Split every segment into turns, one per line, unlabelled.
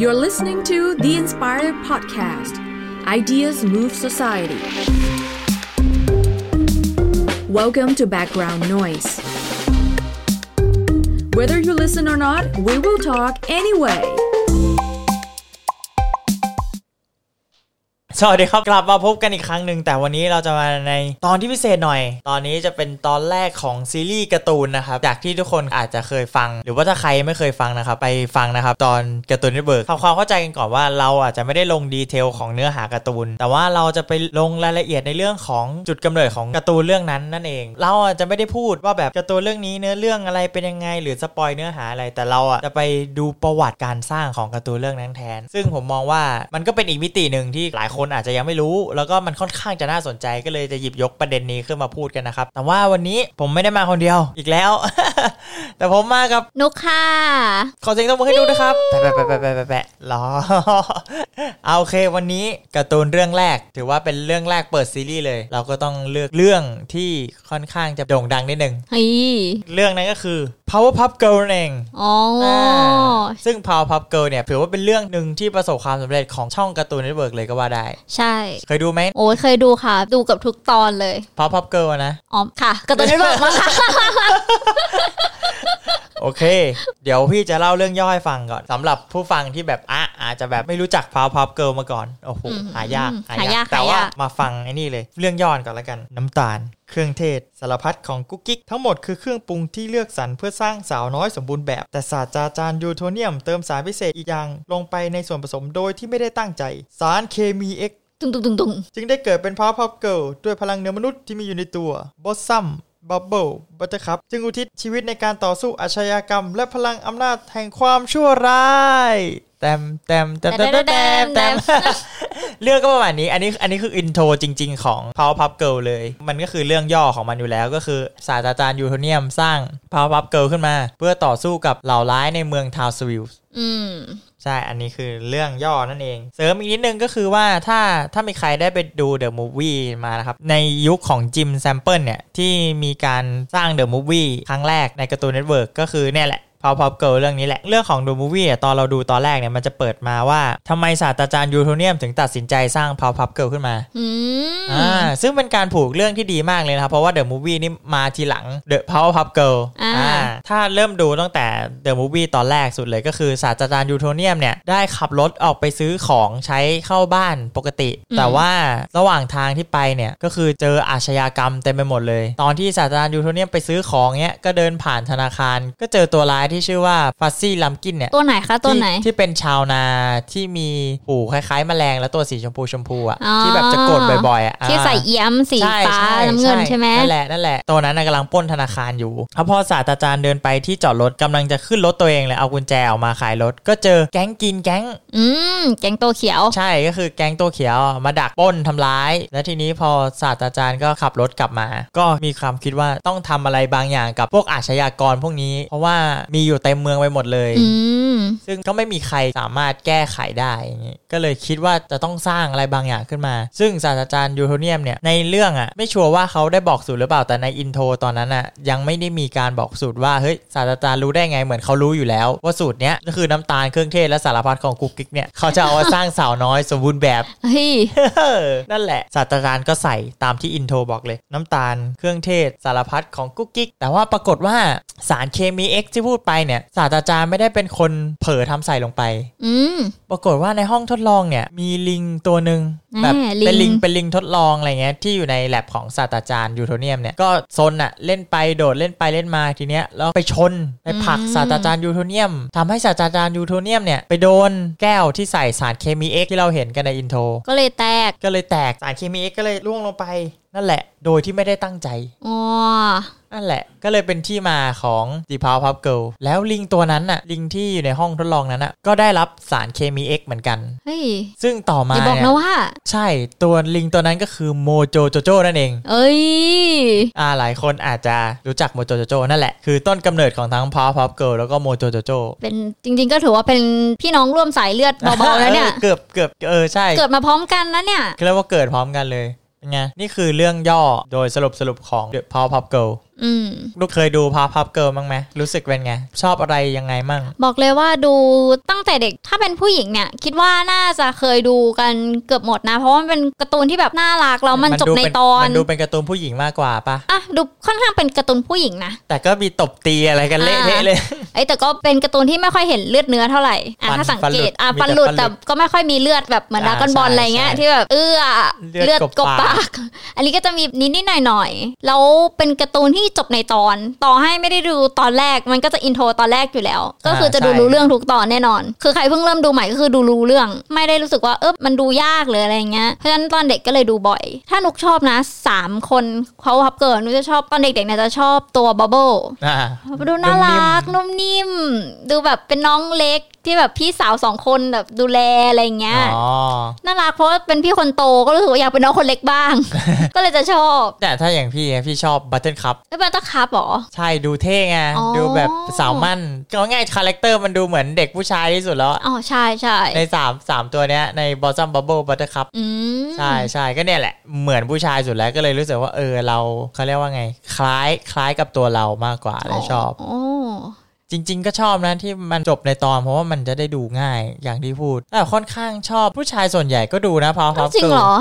You're listening to The Inspired Podcast Ideas Move Society. Welcome to Background Noise. Whether you listen or not, we will talk anyway.
สวัสดีครับกลับมาพบกันอีกครั้งหนึ่งแต่วันนี้เราจะมาในตอนที่พิเศษหน่อย ตอนนี้จะเป็นตอนแรกของซีรีส์การ์ตูนนะครับจากที่ทุกคนอาจจะเคยฟัง หรือว่าถ้าใครไม่เคยฟังนะครับไปฟังนะครับตอนการ์ตูนเน็ตเวิร์กทำความเข้าใจกันก่อนว่าเราอาจจะไม่ได้ลงดีเทลของเนื้อหาการ์ตูน แต่ว่าเราจะไปลงรายละเอียดในเรื่องของจุดกำเนิดของการ์ตูนเรื่องนั้นนั่นเอง เราอาจจะไม่ได้พูดว่าแบบการ์ตูนเรื่องนี้เนื้อเรื่องอะไรเป็นยังไง หรือสปอยเนื้อหาอะไรแต่เราอ่ะจะไปดูประวัติการสร้างของการ์ตูนเรื่องนั้นแทน ซึ่งผมมองว่ามันก็เป็นอีกมิติหนึ่งที่หลายคนอาจจะยังไม่รู้ แล้วก็มันค่อนข้างจะน่าสนใจก็เลยจะหยิบยกประเด็นนี้ขึ้นมาพูดกันนะครับแต่ว่าวันนี้ผมไม่ได้มาคนเดียวอีกแล้ว แต่ผมมากับ
นกค่ะ
ขอเสียงตบมือให้ดูนะครับ แปะแปะแปะแปะแปะแปะรอ เอาโอเควันนี้การ์ตูนเรื่องแรก ถือว่าเป็นเรื่องแรกเปิดซีรีส์เลย เราก็ต้องเลือกเรื่องที่ค่อนข้างจะโด่งดังนิดนึง
เฮ้ย
เรื่องนั้นก็คือ Powerpuff Girl นั่นเอง
อ๋ออ
ซึ่ง Powerpuff Girl เนี่ยถือว่าเป็นเรื่องหนึ่งที่ประสบความสำเร็จของช่องการ์ตูนเน็ตเวิร์กเลยก็ว่าได้
ใช่
เคยดูไหม
โอ้ยเคยดูค่ะ ดูเกับทุกตอนเลย
Powerpuff Girl อะนะ
อ๋อ ค่ะการะตุ้นได้บอกมาค่ะ
โอเค เดี๋ยวพี่จะเล่าเรื่องย่อให้ฟังก่อนสำหรับผู้ฟังที่แบบอ่ะอาจจะแบบไม่รู้จักพาวพับเกิลมาก่อน โอ้โห
อืม
หายาก
อืมหายาก
แต่
หายาก
ว่ามาฟังไอ้นี่เลย เรื่องย่อก่อนละกัน น้ำตาล เครื่องเทศ สารพัดของกุ๊กกิ๊กทั้งหมดคือเครื่องปรุงที่เลือกสรรเพื่อสร้างสาวน้อยสมบูรณ์แบบ แต่ศาสตราจารย์ยูโทเนียมเติมสารพิเศษอีกอย่าง ลงไปในส่วนผสมโดยที่ไม่ได้ตั้งใจ สารเคมีเอ็ก
ตุงตุงตุงตุง
จึงได้เกิดเป็นพาวพับเกิลด้วยพลังเหนือมนุษย์ที่มีอยู่ในตัวบอสซัมบับเบิลบัตเตอร์คับจึงอุทิศชีวิตในการต่อสู้อาชญากรรม และพลังอำนาจแห่งความชั่วร้ายแตมแตมแตมแตมแต้มแตมแตม เรื่องก็ประมาณนี้ อันนี้อันนี้คืออินโทรจริง ๆ ของ Powerpuff Girl เลย มันก็คือเรื่องย่อของมันอยู่แล้วก็คือศาสตราจารย์ยูโทเนียมสร้าง Powerpuff Girl ขึ้นมา เพื่อต่อสู้กับเหล่าร้ายในเมืองทาวสวิล
อืม
ใช่ อันนี้คือเรื่องย่อนั่นเอง เสริมอีกนิดนึงก็คือว่าถ้าถ้ามีใครได้ไปดูเดอะมูฟวี่มานะครับ ในยุคของจิมแซมเปิลเนี่ย ที่มีการสร้างเดอะมูฟวี่ครั้งแรกในการ์ตูนเน็ตเวิร์กก็คือเนี่ยแหละพอพอเกิลเรื่องนี้แหละ เรื่องของดูมูวี่ตอนเราดูตอนแรกเนี่ย มันจะเปิดมาว่าทำไมศาสตราจารย์ยูโทเนียมถึงตัดสินใจสร้างพาวพับเกิลขึ้นมา
อืม
อ่าซึ่งเป็นการผูกเรื่องที่ดีมากเลยนะครับ เพราะว่า The Movie นี่มาทีหลัง The Powerpuff Girl
อ่า
ถ้าเริ่มดูตั้งแต่ The Movie ตอนแรกสุดเลยก็คือศาสตราจารย์ยูโทเนียมเนี่ย ได้ขับรถออกไปซื้อของใช้เข้าบ้านปกติ แต่ว่าระหว่างทางที่ไปเนี่ย ก็คือเจออาชญากรรมเต็มไปหมดเลย ตอนที่ศาสตราจารย์ยูโทเนียมไปซื้อของเนี่ยก็เดินผ่านธนาคาร ก็เจอตัวร้ายที่ชื่อว่าฟัซซี่ลัมกินเนี่ย
ตัวไหนคะ ตัวไหน
ที่ที่เป็นชาวนาที่มีหูคล้ายๆ แมลงแล้วตัวสีชมพูชมพูอ่ะ
อ๋อ
ที่แบบจะกดบ่อยๆอ่ะ
ที่ใส่เอี้ยมสี
ใช่
ฟ้า
ใช่
น้ำเงินใช่ไหม
นั่นแหละนั่นแหละตัวนั้นนะกำลังปล้นธนาคารอยู่แล้วพอศาสตราจารย์เดินไปที่จอดรถกำลังจะขึ้นรถตัวเองเลยเอากุญแจออกมาขายรถ ก็เจอแก๊งกินแก๊ง
อืม แกงโตเขียว
ใช่ก็คือแก๊งตัวเขียวมาดักปล้นทำร้าย แล้วทีนี้พอศาสตราจารย์ก็ขับรถกลับมา ก็มีความคิดว่าต้องทำอะไรบางอย่างกับพวกอาชญากรพวกนี้ เพราะว่ามีอยู่เต็มเมืองไปหมดเลย
อืม
ซึ่งก็ไม่มีใครสามารถแก้ไขได้อย่างงี้ก็เลยคิดว่าจะต้องสร้างอะไรบางอย่างขึ้นมา ซึ่งศาสตราจารย์ยูโทเนียมเนี่ย ในเรื่องอะ่ะ ไม่ชัวร์ว่าเขาได้บอกสูตรหรือเปล่า แต่ในอินโทรตอนนั้นอะ่ะ ยังไม่ได้มีการบอกสูตรว่า เฮ้ย ศาสตราจารย์รู้ได้ไงเหมือนเขารู้อยู่แล้ว ว่าสูตรเนี้ยก็คือน้ำตาลเครื่องเทศและสารพัดของกุ๊กกิ๊กเนี่ย เขาจะเอามาสร้างสาวน้อยสมบูรณ์แบบ
เฮ้ย
เออ นั่นแหละศาสตราจารย์ก็ใส่ตามที่อินโทรบอกเลย น้ำตาลเครื่องเทศ สารพัดของกุ๊กกิ๊กแต่ว่าปรากฏว่าสารเคมี X ที่พูดไปเนี่ยศาสตราจารย์ไม่ได้เป็นคนเผลอทำใส่ลงไป
อืม
ปรากฏว่าในห้องทดลองเนี่ย มีลิงตัวหนึ่ง
อ่า
แบบ
ลิง
เป็นลิงเป็นลิงทดลองอะไรเงี้ยที่อยู่ในแลบของศาสตราจารย์ยูโทเนียมเนี่ย ก็ซนอะเล่นไปโดดเล่นไปเล่นมาทีเนี้ยแล้วไปชน ไปผลักศาสตราจารย์ยูโทเนียมทำให้ศาสตราจารย์ยูโทเนียมเนี่ยไปโดนแก้วที่ใส่สารเคมี X ที่เราเห็นกันในอินโทร
ก็เลยแตก
ก็เลยแตกสารเคมีเอ็กซ์ก็เลยร่วงลงไป นั่นแหละ โดยที่ไม่ได้ตั้งใจ
อ๋อ
นั่นแหละ ก็เลยเป็นที่มาของดีพาวพับเกิลแล้วลิงตัวนั้นน่ะ ลิงที่อยู่ในห้องทดลองนั้นน่ะ ก็ได้รับสารเคมีเอ็กซ์เหมือนกัน
เฮ้ย
ซึ่งต่อมา
อย่าบอก
เนี่ย
นะว่า
ใช่ตัวลิงตัวนั้นก็คือโมโจโจโจ้นั่นเอง
เอ้ย
อ่าหลายคนอาจจะรู้จักโมโจโจโจ้นั่นแหละ คือต้นกำเนิดของทั้งพาวพับเกิลแล้วก็โมโจโจโจ้
เป็นจริง ๆ ก็ถือว่าเป็นพี่น้องร่วมสายเลือดเบาๆแล้วเนี่
อ
ย
อเกือบเกือบเออใช่
เกิดมาพร้อมกันนะเนี่ย
เรียกว่าเกิดพร้อมกันเลยเป็นไงนี่คือเรื่องย่อโดยสรุปสรุปของ The Powerpuff Girl
อืม
ลูกเคยดูพาพับเกิร์ลบ้างไหมรู้สึกเป็นไง ชอบอะไรยังไงมั่ง
บอกเลยว่าดูตั้งแต่เด็กถ้าเป็นผู้หญิงเนี่ย คิดว่าน่าจะเคยดูกันเกือบหมดนะ เพราะว่ามันเป็นการ์ตูนที่แบบน่ารักแล้วมันจบ
ดู
ใน
เป็
ตอน
มันดูเป็นการ์ตูนผู้หญิงมากกว่าปะ
อ่ะดูค่อนข้างเป็นการ์ตูนผู้หญิงนะ
แต่ก็มีตบตีอะไรกันเละเทะเลย
ไอ้ยแต่ก็เป็นการ์ตูนที่ไม่ค่อยเห็นเลือดเนื้อเท่าไหร่อ่ะ
ฟัน
ถ้าสังเกตอ่ะ
ฟั
ฟั
น
น
ห
ห
ลุ
ลุ
ด
ด
แต่
แต่ก็ไม่ค่อยมีเลือดแบบเหมือน
อ่า
ดรากอนบอล
ใช่
อะไรเงี้ย
ใช่
ที่แบบเอื้อ
เลือดกบปาก
อันนี้ก็จะมีนิดนิดหน่อยหน่อยๆแล้วเป็นการ์ตูนที่จบในตอน ต่อให้ไม่ได้ดูตอนแรกมันก็จะอินโทรตอนแรกอยู่แล้ว ก็คือจะดูรู้เรื่องทุกตอนแน่นอน คือใครเพิ่งเริ่มดูใหม่ก็คือดูรู้เรื่อง ไม่ได้รู้สึกว่าเออมันดูยากหรืออะไรเงี้ยเพราะฉะนั้นตอนเด็กก็เลยดูบ่อย ถ้านุกชอบนะสามคนเขาฮับเกิร์นุกจะชอบตอนเด็กๆเนี่ยจะชอบตัวบับเบิล
อ่า
ดูน่า
นุ่มนิ่ม
รักนุ่มนิ่ม ดูแบบเป็นน้องเล็กที่แบบพี่สาวสองคนแบบดูแลอะไรอย่างเงี้ย
อ๋อ
น่ารักเพราะว่าเป็นพี่คนโตก็รู้สึกว่าอยากเป็นน้องคนเล็ก บ้าง ก็เลยจะชอบ
แต่ถ้าอย่างพี่อะพี่ชอบบัตเทิลคัพ
แล้วเป็นตะขาบหรอ
ใช่ดูเท่ไง
อ๋อ
ดูแบบสาวมั่นก็ง่ายคาแรคเตอร์มันดูเหมือนเด็กผู้ชายที่สุดแล้วอะ
อ๋อใช่ใช่
ในสามสามตัวเนี้ยในบอ s ซัมบับเบิลบัตเตอร์คัพ
อืม
ใช่ใช่ก็เนี่ยแหละ เหมือนผู้ชายสุดแล้วก็เลยรู้สึกว่าเออเราเขาเรียกว่าไง คล้ายคล้ายกับตัวเรามากกว่าเลยชอบ
โอ้
จริง ๆ ก็ชอบนะที่มันจบในตอน เพราะว่ามันจะได้ดูง่ายอย่างที่พูดแต่ค่อนข้างชอบผู้ชายส่วนใหญ่ก็ดูนะพาวพับ
จริงเหรอ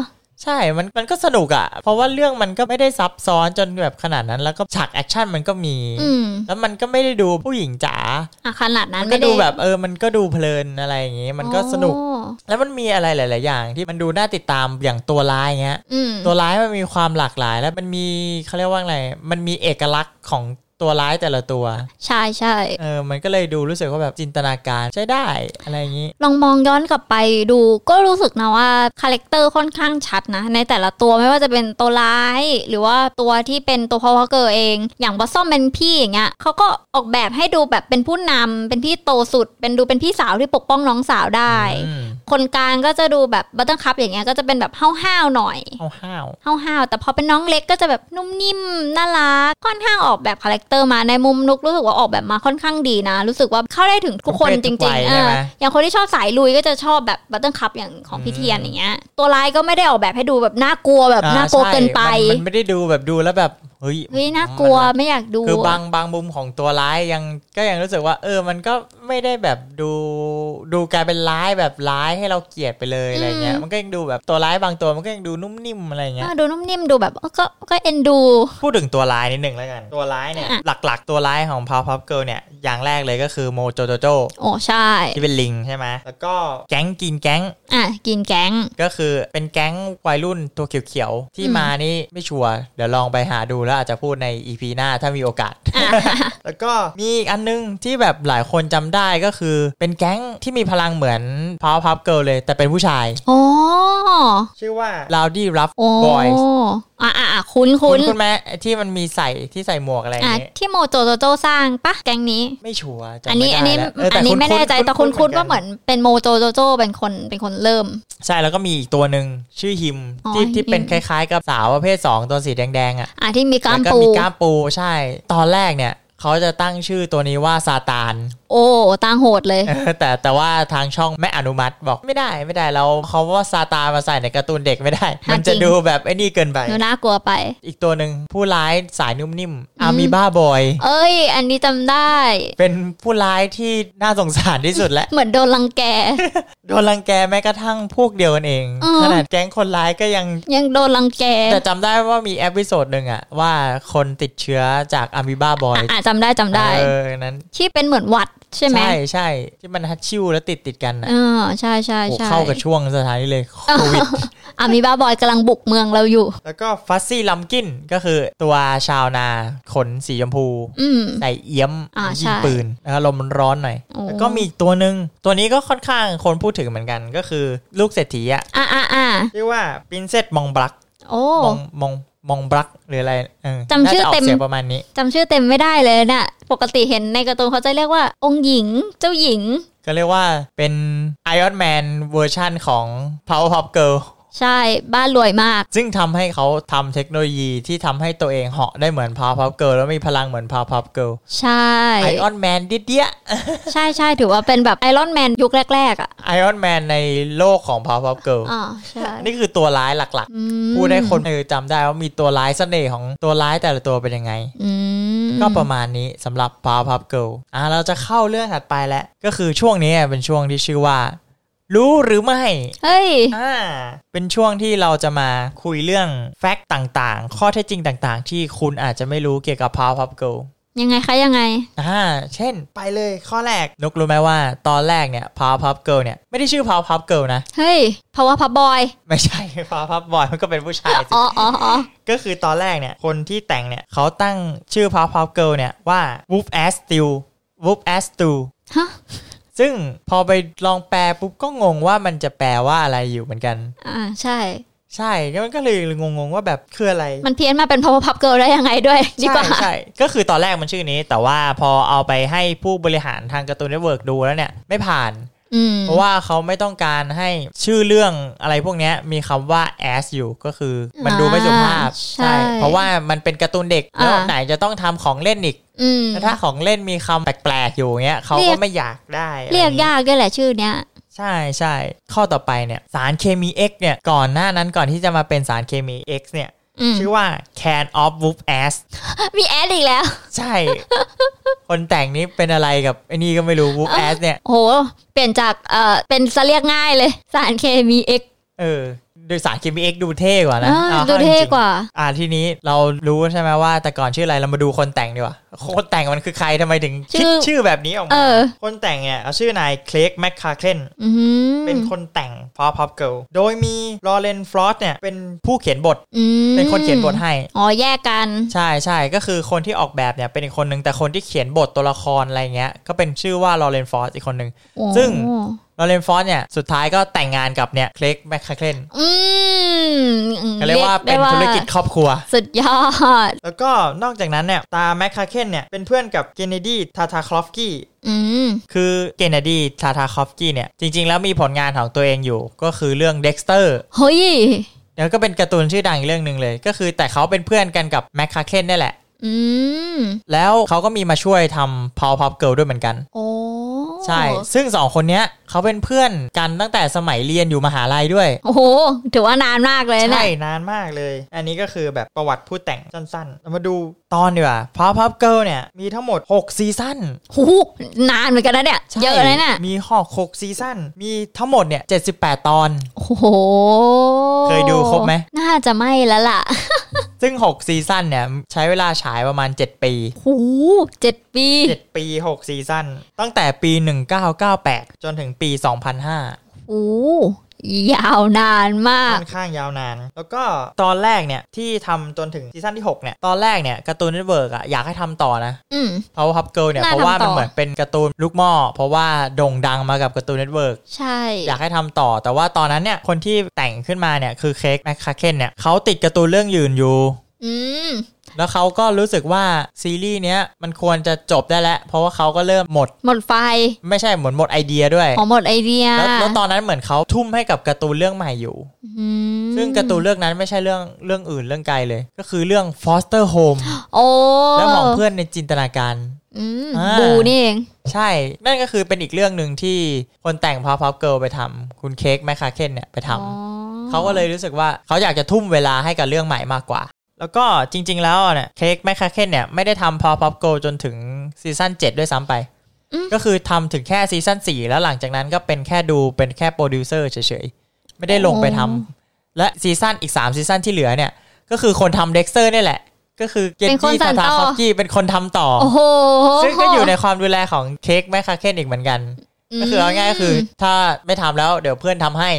ใช่มันมันก็สนุกอะ่ะ เพราะว่าเรื่องมันก็ไม่ได้ซับซ้อนจนแบบขนาดนั้น แล้วก็ฉากแอคชั่นมันก็มี
อืม
แล้วมันก็ไม่ได้ดูผู้หญิงจ๋า
อ่ะขนาดนั้น
มันก็
ไม่ได้
ดูแบบเออ มันก็ดูเพลินอะไรอย่างงี้ มันก็สนุก
อ๋อ
แล้วมันมีอะไรหลาย ๆ อย่างที่มันดูน่าติดตามอย่างตัวร้ายเงี้ย
อืม
ตัวร้ายมันมีความหลากหลาย แล้วมันมีเขาเรียกว่าอะไร มันมีเอกลักษณ์ของตัวร้ายแต่ละตัว
ใช่ใช่
เออ มันก็เลยดูรู้สึกว่าแบบจินตนาการใช้ได้อะไรอย่างงี้
ลองมองย้อนกลับไปดูก็รู้สึกนะว่าคาแรคเตอร์ค่อนข้างชัดนะ ในแต่ละตัวไม่ว่าจะเป็นตัวร้าย หรือว่าตัวที่เป็นตัวพาวเวอร์เกอร์เอง อย่างบอสซอมเป็นพี่อย่างเงี้ยเขาก็ออกแบบให้ดูแบบเป็นผู้นำเป็นพี่โตสุด เป็นดูเป็นพี่สาวที่ปกป้องน้องสาวได้
อืม
คนกลางก็จะดูแบบบัตเตอร์คัพอย่างเงี้ยก็จะเป็นแบบห้าวๆหน่อย
เอาห้าว
ห้าวๆแต่พอเป็นน้องเล็กก็จะแบบนุ่มนิ่มน่ารักค่อนข้างออกแบบคาแรคเตอร์มาในมุมนุกรู้สึกว่าออกแบบมาค่อนข้างดีนะ รู้สึกว่าเข้าได้ถึงทุกคนจริงๆเอออย่างคนที่ชอบสายลุยก็จะชอบแบบบัตเติ้ลคัพอย่างของพี่เทียนอย่างเงี้ยตัวร้ายก็ไม่ได้ออกแบบให้ดูแบบน่ากลัวแบบ
อ่
น่ากลัว
ใช่
เกินไป
มัมันไม่ได้ดูแบบดูแล้วแบบ เฮ้ย
เฮ้ยน่ากลัวไม่อยากดู
คือบางบางมุมของตัวร้ายยังก็ยังรู้สึกว่า เออ มันก็ไม่ได้แบบดูดูกลายเป็นร้ายแบบร้ายให้เราเกลียดไปเลยอะไรเงี้ย
อืม
มันก็ยังดูแบบตัวร้ายบางตัวมันก็ยังดูนุ่มนิ่มอะไรเงี้
เอย อดูนุ่มนิ่มดูแบบเออก็ก็เอ็นดู
พูดถึงตัวร้ายนิดหนึ่งแล้วกัน ตัวร้ายเนี่ย
อ่ะ
หลักๆ ตัวร้ายของพาวพับเกิลเนี่ยอย่างแรกเลยก็คือโมโจโจโจ
โอ้ใช่
ที่เป็นลิงใช่ไหมแล้วก็แก๊งกินแก๊ง
อ่ะกินแกง
ก็คือเป็นแก๊งวัยรุ่นตัวเขียวๆ ที่
อืม
มานี่ไม่ชัวร์เดี๋ยวลองไปหาดูแล้วอาจจะพูดใน EP หน้าถ้ามีโอ กาส
อ่ะ
แล้วก็มีอีกอันนึงที่แบบหลายคนจำได้ก็คือ เป็นแก๊งที่มีพลังเหมือนพาวพับเกิลเลย แต่เป็นผู้ชาย
โอ้
ชื่อว่าลาวดี้รับ
โอ้
บอย
อ่ะอ่ะอ่ะคุ้น
คุ
คุ้
ณ
น
คุณแม่ที่มันมีใส่ที่ใส่หมวกอะไรอย่าง
อ่ะ
เงี้ย
ที่โมโจโจโจสร้างปะแก๊งนี้
ไม่ชัวร์จำ
อันนี้อัน
ไม่
นี้
ได้แล้วเออ
อันนี้
คุ้ๆ
ไม่แน่ใจแต่คุณคุณว่าเหมือนเป็นโมโจโจโจเป็นคนเป็นคนเริ่ม
ใช่แล้วก็มีอีกตัวหนึ่งชื่อฮิม
อ๋อ
ที่ที่เป็น
ฮิ
ค
ม
ล้ายๆ กับสาวประเภทสองตัวสีแดงๆอ่ะ
อ่ะที่มีกล้าม
แล้ว
ปู
มีกล้ามปูใช่ ตอนแรกเนี่ย เขาจะตั้งชื่อตัวนี้ว่าซาตาน
โอ้ตางโหดเลย
เออแต่แต่ว่าทางช่องไม่อนุมัติบอกไม่ได้ไม่ได้เราเขาว่าซาตานมาใส่ในการ์ตูนเด็กไม่ได้
หามั
มันจะ
จริง
ดูแบบไอ้นี่เกินไป
หนูน่ากลัวไป
อีกตัวหนึ่งผู้ร้ายสายนุ่มนิ่มอามีบ้าบอย
เอ้ย อันนี้จำได้
เป็นผู้ร้ายที่น่าสงสารที่สุดและ
เหมือนโดนรังแก
โดนรังแกแม้กระทั่งพวกเดียวกันเอง
อืม
ขนาดแก๊งคนร้ายก็ยัง
ยังโดนรังแก
แต่จำได้ว่ามีเอพิโซดหนึ่งอะว่าคนติดเชื้อจากอามีบ้าบอย
อ่ะอ่ะจำได้จำได้
เออนั้น
ที่เป็นเหมือนหวัดใช่ไหม
ใช่ใช่ที่มันฮัตชิวแล้วติดติดกันอ่ะ
เออใช่ใช่
โอ้
ใช่
เข้ากับช่วงสถานีเลยโค วิด
อ่ะมีบ้าบอยกำลังบุกเมืองเราอยู่
แล้วก็ฟัสซี่ลัมกินก็คือตัวชาวนาขนสีชมพู
อืม
ใส่เอี้ยม
อ่าใช่
ยิงปืนนะครับลมมันร้อนหน่อย
โอ้
แล้วก็มีอีกตัวหนึ่งตัวนี้ก็ค่อนข้างคนพูดถึงเหมือนกันก็คือลูกเศรษฐีอ่ะ
อ่ะอ่ะอ่ะ
ชื่อว่าปินเซตมองบลัก
โอ้
มองมองมองบลักหรืออะไรเออ
จำชื่อ
น่าะก
เต็ม
สียงประมาณนี้
จำชื่อเต็มไม่ได้เลยน่ะ ปกติเห็นในการ์ตูนเขาจะเรียกว่า องค์หญิง เจ้าหญิง
ก็เรียกว่าเป็น Iron Man เวอร์ชั่นของ Powerpuff Girl
ใช่บ้านรวยมาก
ซึ่งทำให้เขาทำเทคโนโลยีที่ทำให้ตัวเองเหาะได้เหมือนพาวพับเกิลแล้วมีพลังเหมือนพาวพับเกิล
ใช่
ไอออนแมนเดี้ย
ใช่ใช่ถือว่าเป็นแบบไอรอนแมนยุคแรก ๆ อ่ะ
ไอออนแมนในโลกของพาวพับเกิล
อ่าใช่
นี่คือตัวร้ายหลัก
อืม
ๆ ผู้ได้คนเออจำได้ว่ามีตัวร้ายเสน่ห์ของตัวร้ายแต่ละตัวเป็นยังไง
อืม
ก็ประมาณนี้สำหรับ Power Pop Girl อ่ะเราจะเข้าเรื่องถัดไปแล้ว ก็คือช่วงนี้เป็นช่วงที่ชื่อว่า รู้หรือไม่
เฮ้ย
อ่า เป็นช่วงที่เราจะมาคุยเรื่องแฟกต์ต่างๆ ข้อเท็จจริงต่างๆ ที่คุณอาจจะไม่รู้เกี่ยวกับ Power Pop Girl
ยังไงคะยังไง
อ่า เช่น ไปเลยข้อแรก นกรู้ไหมว่าตอนแรกเนี่ย Power Pop Girl เนี่ยไม่ได้ชื่อ Power Pop Girl นะ
เฮ้ยเพราะว่าพับบอย
ไม่ใช่ Power Pop Boy มันก็เป็นผู้ชายสิ
อ๋ออ๋ออ๋อ
ก็คือตอนแรกเนี่ย คนที่แต่งเนี่ยเขาตั้งชื่อ Power Pop Girl เนี่ยว่า Whoop Ass Stew Whoop Ass Stew
ฮะ
ซึ่งพอไปลองแปลปุ๊บก็งงว่ามันจะแปลว่าอะไรอยู่เหมือนกัน
อ่าใช่
ใช่ก็มันก็เลยงงๆว่าแบบคืออะไร
มันเพี้ยนมาเป็นพาวเวอร์พับเกิลได้ยังไงด้วย ดีกว่า
ใช่ใช่ก็คือตอนแรกมันชื่อนี้ แต่ว่าพอเอาไปให้ผู้บริหารทางการ์ตูนเน็ตเวิร์กดูแล้วเนี่ย ไม่ผ่าน
อืม
เพราะว่าเขาไม่ต้องการให้ชื่อเรื่องอะไรพวกเนี้ยมีคำว่า ass อยู่ก็คือมันดูไม่สุภาพ
อ่ใช่
เพราะว่ามันเป็นการ์ตูนเด็ก
อ่า
แล้วไหนจะต้องทำของเล่นอีก
อืม
ถ้าของเล่นมีคำแปลกๆอยู่เงี้ยเขา
เรี
ก็
ยก
ไม่อยากได้อะไร
เรียก
อางงี้
ยากด้วยแหละชื่อเนี้ย
ใช่ใช่ข้อต่อไปเนี่ยสารเคมี X เนี่ยก่อนหน้านั้นก่อนที่จะมาเป็นสารเคมี X เนี่ย
อืม
ชื่อว่า can of whoop ass
มีแอดอีกแล้ว
ใช่ คนแต่งนี้เป็นอะไรกับไอ้นี่ก็ไม่รู้ whoop ass เนี่ย
โห เปลี่ยนจากเอ่อเป็นสะเรียกง่ายเลย สารเคมีเอก
เออโดยสารเคมี X ดูเท่กว่านะอา
ดู
ข้าจริง
เท่กว่า
อ่าทีนี้เรารู้ใช่ไหมว่า แต่ก่อนชื่ออะไรเรามาดูคนแต่งดีกว่าคนแต่งมันคือใครทำไมถึงคิด
ชื่อ
ชื่อแบบนี้ออก
เอ
มา
อ
คนแต่งเนี่ยเอาชื่อนายเคลกแมคคาเคน
อือหือ
เป็นคนแต่งพอพับเกิลโดยมีลอเรนฟลอสเนี่ยเป็นผู้เขียนบท
อืม
เป็นคนเขียนบทให้
อ๋อแยกกัน
ใช่ใช่ก็คือคนที่ออกแบบเนี่ยเป็นอีกคนนึง แต่คนที่เขียนบทตัวละครอะไรเงี้ย ก็เป็นชื่อว่าลอเรนฟอสอีกคนนึง
โอ้
ซึ่ง ลอเรนฟอสเนี่ย สุดท้ายก็แต่งงานกับเนี่ยเคลกแมคคาเคน
อืม
ก็เรียกว่าเป็นธุรกิจครอบครัว
สุดยอด
แล้วก็นอกจากนั้นเนี่ย ตาแมคคาเคนเนี่ย เป็นเพื่อนกับเกเนดีทาทาคลอฟกี้
อืม
คือเกเนดีทาทาคลอฟกี้เนี่ย จริง ๆ แล้วมีผลงานของตัวเองอยู่ ก็คือเรื่องเด็กสเตอร์
เฮ้ย
แล้วก็เป็นการ์ตูนชื่อดังอีกเรื่องหนึ่งเลย ก็คือแต่เขาเป็นเพื่อนกันกับแมคคาเคนนี่แหละ
อืม
แล้วเขาก็มีมาช่วยทำพาวพับเกิลด้วยเหมือนกัน
โอ้
ใช่ ซึ่งสองคนเนี้ยเขาเป็นเพื่อนกันตั้งแต่สมัยเรียนอยู่มหาลัยด้วย
โอ้โห ถือว่านานมากเลยนะ
ใช่ นานมากเลย อันนี้ก็คือแบบประวัติผู้แต่งสั้นๆเรามาดูตอนดีกว่าพาวพับเกิลเนี่ย มีทั้งหมด 6 ซีซั่น
หูนานเหมือนกันนะเนี่ย
ใช่
เยอะเลยนะ
มีหอก6ซีซั่นมีทั้งหมดเนี่ย 78 ตอน
โอ้โห
เคยดูครบไหม
น่าจะไม่แล้วล่ะ
ซึ่ง 6 ซีซั่นเนี่ย ใช้เวลาฉายประมาณ 7 ปี
หูเจ็ดปี
7 ปี 6 ซีซั่นตั้งแต่ปี 1998 จนถึงปี 2005
โอ้ยาวนานมาก
ค่อนข้างยาวนาน แล้วก็ตอนแรกเนี่ย ที่ทำจนถึงซีซั่นที่ 6 เนี่ย ตอนแรกเนี่ยการ์ตูนเน็ตเวิร์กอะอยากให้ทำต่อนะ
อืม
เพราะว่าพับเกิลเนี่ย
น่า
เพราะว่ามั
ทำต่
น
อ
เหมือนเป็นการ์ตูนลูกหม้อเพราะว่าโด่งดังมากับการ์ตูนเน็ตเวิร์ก
ใช่
อยากให้ทำต่อ แต่ว่าตอนนั้นเนี่ย คนที่แต่งขึ้นมาเนี่ย คือเค้กแมคคาเคนเนี่ยเขาติดการ์ตูนเรื่องยืนอยู่
อืม
แล้วเขาก็รู้สึกว่าซีรีส์เนี้ยมันควรจะจบได้แล้ว เพราะว่าเขาก็เริ่มหมด
หมดไฟ
ไม่ใช่เหมือนหมดไอเดียด้วย
ขอหมดไอเดีย
แล้วแล้วตอนนั้นเหมือนเขาทุ่มให้กับการ์ตูนเรื่องใหม่อยู่
อืม
ซึ่งการ์ตูนเรื่องนั้นไม่ใช่เรื่องเรื่องอื่นเรื่องไกลเลย ก็คือเรื่อง Foster Home
โอ้
และของเพื่อนในจินตนาการ
อืม
อ่า
บูนี่เอง
ใช่ นั่นก็คือเป็นอีกเรื่องหนึ่งที่คนแต่งพาพับเกิลไปทำคุณเค้กแมคคาเคนเนี่ยไปทำ
อ๋อ
เขาก็เลยรู้สึกว่าเขาอยากจะทุ่มเวลาให้กับเรื่องใหม่มากกว่า แล้วก็จริง ๆ แล้วเนี่ยเค้กแมคคาเคนเนี่ยไม่ได้ทำพาพับเกิลจนถึงซีซั่น7 ด้วยซ้ำไป ก็คือทำถึงแค่ซีซั่น4แล้วหลังจากนั้นก็เป็นแค่ดูเป็นแค่โปรดิวเซอร์เฉยๆ ไม่ได้ลงไปทำและซีซั่นอีก 3 ซีซั่นที่เหลือเนี่ย ก็คือคนทำเด็กเซอร์นี่แหละ ก็คือเกนจิทาทาคอฟกี้เป็นคนทำต่อ
โอ้โห
ซึ่งก็อยู่ในความดูแลของเค้กแมคคาเคนอีกเหมือนกัน ก็คือเอาง่ายๆคือถ้าไม่ทำแล้วเดี๋ยวเพื่อนทำให้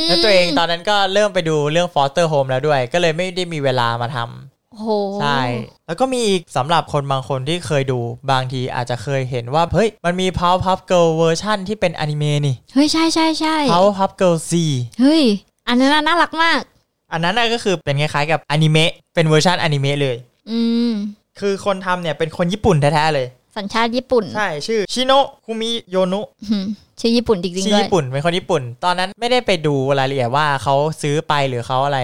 ม
แล้วตัวเองตอนนั้นก็เริ่มไปดูเรื่อง Foster Home แล้วด้วย ก็เลยไม่ได้มีเวลามาทำ
โอ้โห
ใช่ แล้วก็มีอีกสำหรับคนบางคนที่เคยดูบางทีอาจจะเคยเห็นว่า เฮ้ย มันมี Powerpuff Girl เวอร์ชั่นที่เป็นอนิเมะนี่
เฮ้ย ใช่ใช่ใช่
Powerpuff Girl C
เฮ้ย อันนั้นน่ะน่ารักมาก
อันนั้นน่ะก็คือเป็นคล้ายๆกับอนิเมะเป็นเวอร์ชันอนิเมะเลย
อืม
คือคนทำเนี่ยเป็นคนญี่ปุ่นแท้ๆเลย
สัญชาติญี่ปุ่น
ใช่ชื่อชิโนคุมิโยนุ
อืมชื่อญี่ปุ่นจริง
ชื่อ
ๆด้วย
ญี่ปุ่นเป็นคนญี่ปุ่น ตอนนั้นไม่ได้ไปดูรายละเอียดว่าเขาซื้อไปหรือเขาอะไร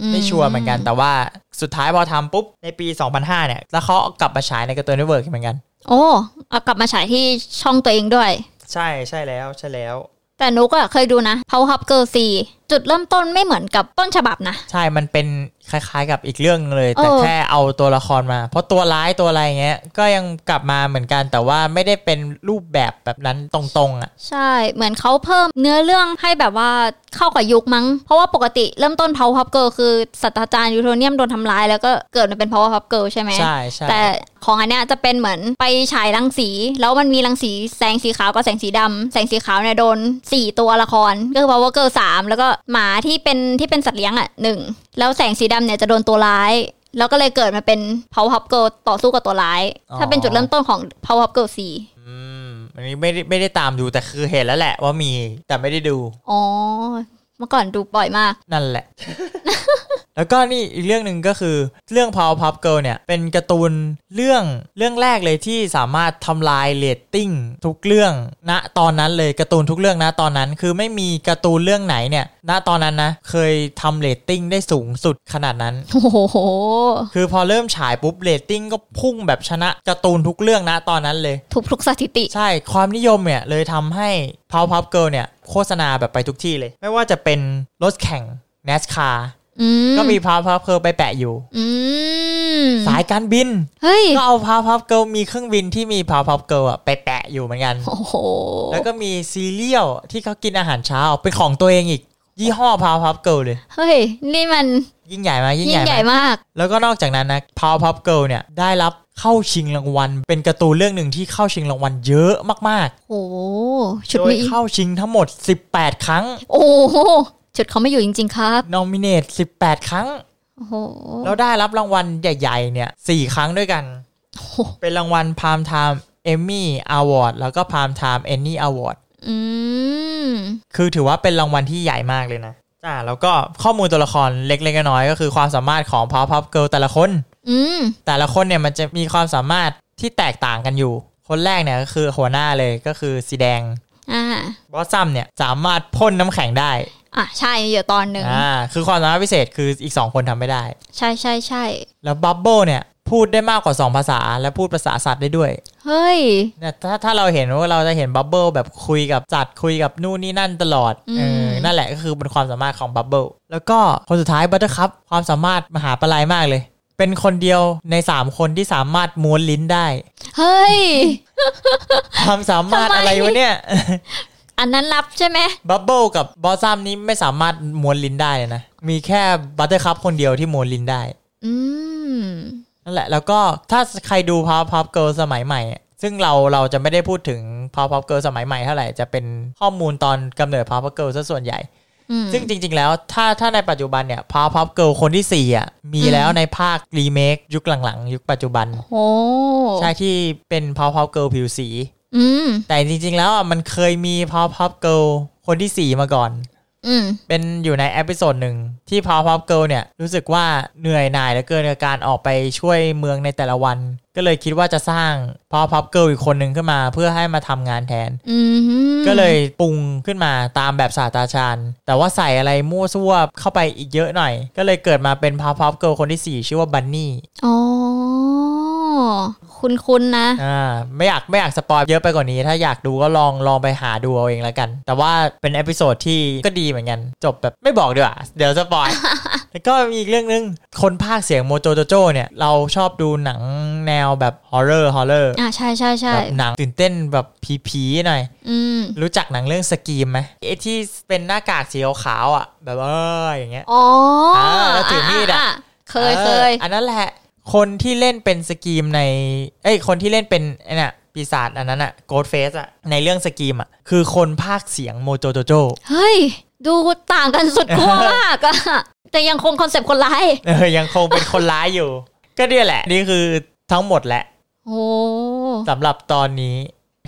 อื
ไม่ชัวร์เหมือนกันแต่ว่าสุดท้ายพอทำปุ๊บ ในปี 2005 เนี่ย แล้วเขาเอากลับมาฉายในการ์ตูนเน็ตเวิร์กเหมือนกัน
โอ้เอากลับมาฉายที่ช่องตัวเองด้วย
ใช่ใช่แล้วใช่แล้ว
แต่นุกอะเคยดูนะ Powerpuff Girls 4จุดเริ่มต้นไม่เหมือนกับต้นฉบับนะ
ใช่มันเป็นคล้ายๆกับอีกเรื่องเลย
เออ
แต่แค่เอาตัวละครมา เพราะตัวร้ายตัวอะไรเงี้ย ก็ยังกลับมาเหมือนกัน แต่ว่าไม่ได้เป็นรูปแบบแบบนั้นตรงๆอ่ะ
ใช่เหมือนเขาเพิ่มเนื้อเรื่องให้แบบว่าเข้ากับยุคมั้ง เพราะว่าปกติเริ่มต้น Powerpuff Girl คือศาสตราจารย์ยูโทเนียมโดนทำร้ายแล้วก็เกิดมาเป็น Powerpuff Girl ใช่ไหม
ใช่ใช่
แต่ของอันเนี้ยจะเป็นเหมือนไปฉายรังสี แล้วมันมีรังสีแสงสีขาวกับแสงสีดำแสงสีขาวเนี่ยโดน 4 ตัวละคร ก็คือ power girl สามแล้วก็หมาที่เป็นที่เป็นสัตว์เลี้ยงอ่ะหนึ่งแล้วแสงสีดำเนี่ยจะโดนตัวร้าย แล้วก็เลยเกิดมาเป็น power pop girl ต่อสู้กับตัวร้าย ถ้าเป็นจุดเริ่มต้นของ power pop girl สี่
อืมอันนี้ไม่ได้ไม่ได้ตามดูแต่คือเห็นแล้วแหละว่ามีแต่ไม่ได้ดู
อ๋อเมื่อก่อนดูบ่อยมาก
นั่นแหละ แล้วก็นี่อีกเรื่องหนึ่งก็คือ เรื่อง Powerpuff Girl เนี่ย เป็นการ์ตูนเรื่องเรื่องแรกเลยที่สามารถทำลายเรตติ้งทุกเรื่องณตอนนั้นเลยการ์ตูนทุกเรื่องณตอนนั้น คือไม่มีการ์ตูนเรื่องไหนเนี่ยณตอนนั้นนะ เคยทำเรตติ้งได้สูงสุดขนาดนั้น
โอ้โห
คือพอเริ่มฉายปุ๊บเรตติ้งก็พุ่งแบบชนะการ์ตูนทุกเรื่องณตอนนั้นเลย
ทุกทุกสถิติ
ใช่ความนิยมเนี่ยเลยทำให้ Powerpuff Girl เนี่ยโฆษณาแบบไปทุกที่เลย ไม่ว่าจะเป็นรถแข่ง NASCAR
อืม
ก็มีพาวพับเกิลไปแปะอยู่
อืม
สายการบิน
เฮ้ย
ก็เอาพาวพับเกิลมีเครื่องบินที่มีพาวพับเกิลอะไปแปะอยู่เหมือนกัน
โอ้โห
แล้วก็มีซีเรียลที่เขากินอาหารเช้าเป็นของตัวเองอีก ยี่ห้อพาวพับเกิลเลย
เฮ้ย นี่มัน
ยิ่งใหญ่มากยิ่งให
ยิ่ง
ญ่
ใหญ่
มาก
มาก
แล้วก็นอกจากนั้นนะพาวพับเกิลเนี่ยได้รับเข้าชิงรางวัล เป็นการ์ตูนเรื่องหนึ่งที่เข้าชิงรางวัลเยอะมาก
โอ้โห
ๆ
ชุด
โดย
นี้
เข้าชิงทั้งหมด 18 ครั้ง
โอ้โหชุดเขาไม่อยู่จริง ๆ ครับ
นอมิเนต18 ครั้ง
โอ้โห
แล้วได้รับรางวัลใหญ่ ๆ เนี่ยสี่ครั้งด้วยกัน
ห
เป็นรางวัลพามไทม์เอมมี่อวอร์ดแล้วก็พามไทม์เอนนี่อวอร์ด
อืม
คือถือว่าเป็นรางวัลที่ใหญ่มากเลยนะจ้าแล้วก็ข้อมูลตัวละครเล็กๆน้อยๆก็คือความสามารถของพาวพับเกิลแต่ละคน
อืม
แต่ละคนเนี่ยมันจะมีความสามารถที่แตกต่างกันอยู่ คนแรกเนี่ยก็คือหัวหน้าเลยก็คือสีแดง
อ่า
บอสซัมเนี่ยสามารถพ่นน้ำแข็งได้
อ่ะ ใช่มีอยู่ตอนหนึ่ง
อ่าคือความสามารถพิเศษคืออีกสองคนทำไม่ได้
ใช่ใช่ใช่
แล้วบับเบิลเนี่ยพูดได้มากกว่าสองภาษา และพูดภาษาสัตว์ได้ด้วย
เฮ้ย
เนี่ยถ้าถ้าเราเห็นว่าเราจะเห็นบับเบิลแบบคุยกับจัดคุยกับนู่นนี่นั่นตลอด
อืม
เออนั่นแหละก็คือเป็นความสามารถของบับเบิลแล้วก็คนสุดท้ายบัตเตอร์คัพความสามารถมหาปลายมากเลย เป็นคนเดียวใน 3 คนที่สามารถม้วนลิ้นได้
เฮ้ย
ความสามารถ
ทำไม
อะไรวะเนี่ย
อันนั้นรับใช่ไหม
บับเบิลกับบอสซัมนี้ไม่สามารถม้วนลิ้นได้เลยนะ มีแค่บัตเตอร์คัพคนเดียวที่ม้วนลิ้นได้
อืม
นั่นแหละแล้วก็ถ้าใครดูพาวพับเกิลสมัยใหม่อะซึ่งเราเราจะไม่ได้พูดถึงพาวพับเกิลสมัยใหม่เท่าไหร่จะเป็นข้อมูลตอนกำเนิดพาวพับเกิลซะส่วนใหญ่
อืม
ซึ่งจริง ๆ แล้วถ้าถ้าในปัจจุบันเนี่ยพาวพับเกิลคนที่ 4 อ่ะ มี
อืม
แล้วในภาครีเมคยุคหลังๆ ยุคปัจจุบัน
โอ้
ใช่ที่เป็นพาวพับเกิลผิวสี
อืม
แต่จริง ๆ แล้วอ่ะมันเคยมีพาวพับเกิลคนที่ 4 มาก่อน
อืม
เป็นอยู่ในเอพิโซดหนึ่งที่ Powerpuff Girl เนี่ย รู้สึกว่าเหนื่อยหน่ายเหลือเกินกับการออกไปช่วยเมืองในแต่ละวัน ก็เลยคิดว่าจะสร้าง Powerpuff Girl อีกคนหนึ่งขึ้นมาเพื่อให้มาทำงานแทน
อืม
ก็เลยปรุงขึ้นมาตามแบบศาสตราจารย์แต่ว่าใส่อะไรมั่วซั่วเข้าไปอีกเยอะหน่อย ก็เลยเกิดมาเป็น Powerpuff Girl คนที่ 4 ชื่อว่าบันนี่
อ๋อ คุณคุณนะ
อ่าไม่อยากไม่อยากสปอยเยอะไปกว่านี้ ถ้าอยากดูก็ลองลองไปหาดูเอาเองละกัน แต่ว่าเป็นเอพิโซดที่ก็ดีเหมือนกันจบแบบไม่บอกดีกว่าเดี๋ยวสปอย แล้วก็มีอีกเรื่องหนึง คนภาคเสียงโมโจโจโจเนี่ย เราชอบดูหนังแนวแบบฮอ r ์เรอร์ฮอ r ์เรอร์
อ่ะ ใช่ใช่ใช่
แบบหนังตื่นเต้นแบบผีๆหน่อย
อืม
รู้จักหนังเรื่องสกีมไหมไอ้ที่เป็นหน้ากากสีขาวๆอ่ะ แบบว่าอย่างเงี้ย
อ๋อ
อ่าแล้วถือมีดอะ
าาเคยเคย
อออันนั้นแหละ คนที่เล่นเป็นสกีมใน เอ้ย คนที่เล่นเป็นไอ้น่ะปีศาจอันนั้นอ่ะโกดเฟสอ่ะ ในเรื่องสกีมอ่ะ คือคนภาคเสียงโมโจโจโจ
เฮ้ย ดูต่างกันสุดขั้วมากอะ แต่ยังคงคอนเซปต์คนร้าย
เออยังคงเป็นคนร้ายอยู่ ก็เนี่ยแหละ นี่คือทั้งหมดแหละ
โอ้
สำหรับตอนนี้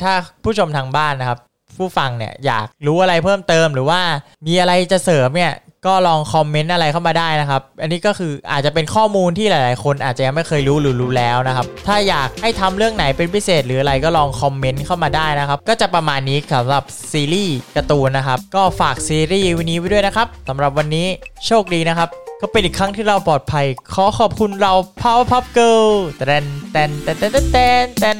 ถ้าผู้ชมทางบ้านนะครับ ผู้ฟังเนี่ยอยากรู้อะไรเพิ่มเติมหรือว่ามีอะไรจะเสริมเนี่ย ก็ลองคอมเมนต์อะไรเข้ามาได้นะครับ อันนี้ก็คืออาจจะเป็นข้อมูลที่หลาย ๆ คนอาจจะยังไม่เคยรู้หรือรู้แล้วนะครับ ถ้าอยากให้ทำเรื่องไหนเป็นพิเศษหรืออะไรก็ลองคอมเมนต์เข้ามาได้นะครับ ก็จะประมาณนี้สำหรับซีรีส์การ์ตูนนะครับ ก็ฝากซีรีส์วันนี้ไว้ด้วยนะครับสำหรับวันนี้โชคดีนะครับ ก็เป็นอีกครั้งที่เราปลอดภัย ขอขอบคุณเรา Power Pop Girl แตนแตนแตนแตนแตนแตน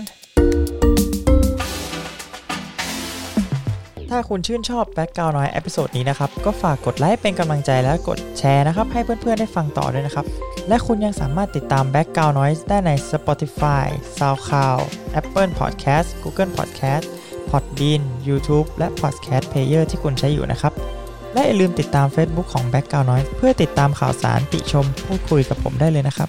ถ้าคุณชื่นชอบแบ็กกราวน้อยเอพิโซดนี้นะครับ ก็ฝากกดไลค์เป็นกำลังใจและกดแชร์นะครับ ให้เพื่อนๆได้ฟังต่อด้วยนะครับ และคุณยังสามารถติดตาม Background Noise ได้ใน Spotify, SoundCloud, Apple Podcast, Google Podcast, Podbean, YouTube และ Podcast Player ที่คุณใช้อยู่นะครับ และอย่าลืมติดตาม Facebook ของ Background Noise เพื่อติดตามข่าวสารติชมพูดคุยกับผมได้เลยนะครับ